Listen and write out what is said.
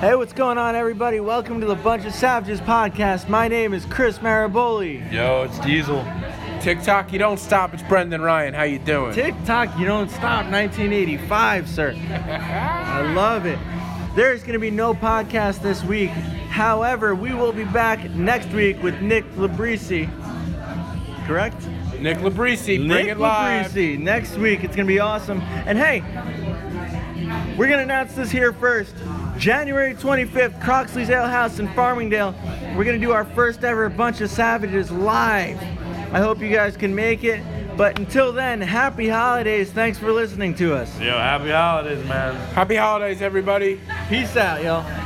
Hey, what's going on, everybody? Welcome to the Bunch of Savages podcast. My name is Chris Maraboli. Yo, it's Diesel. TikTok, you don't stop. It's Brendan Ryan. How you doing? TikTok, you don't stop. 1985, sir. I love it. There's going to be no podcast this week. However, we will be back next week with Nick Labrisi. Correct? Nick Labrisi, bring Nick it live. Labrisi next week. It's gonna be awesome. And hey, we're gonna announce this here first. January 25th, Croxley's Ale House in Farmingdale. We're gonna do our first ever bunch of savages live. I hope you guys can make it. But until then, happy holidays. Thanks for listening to us. Yo, happy holidays, man. Happy holidays, everybody. Peace out, y'all.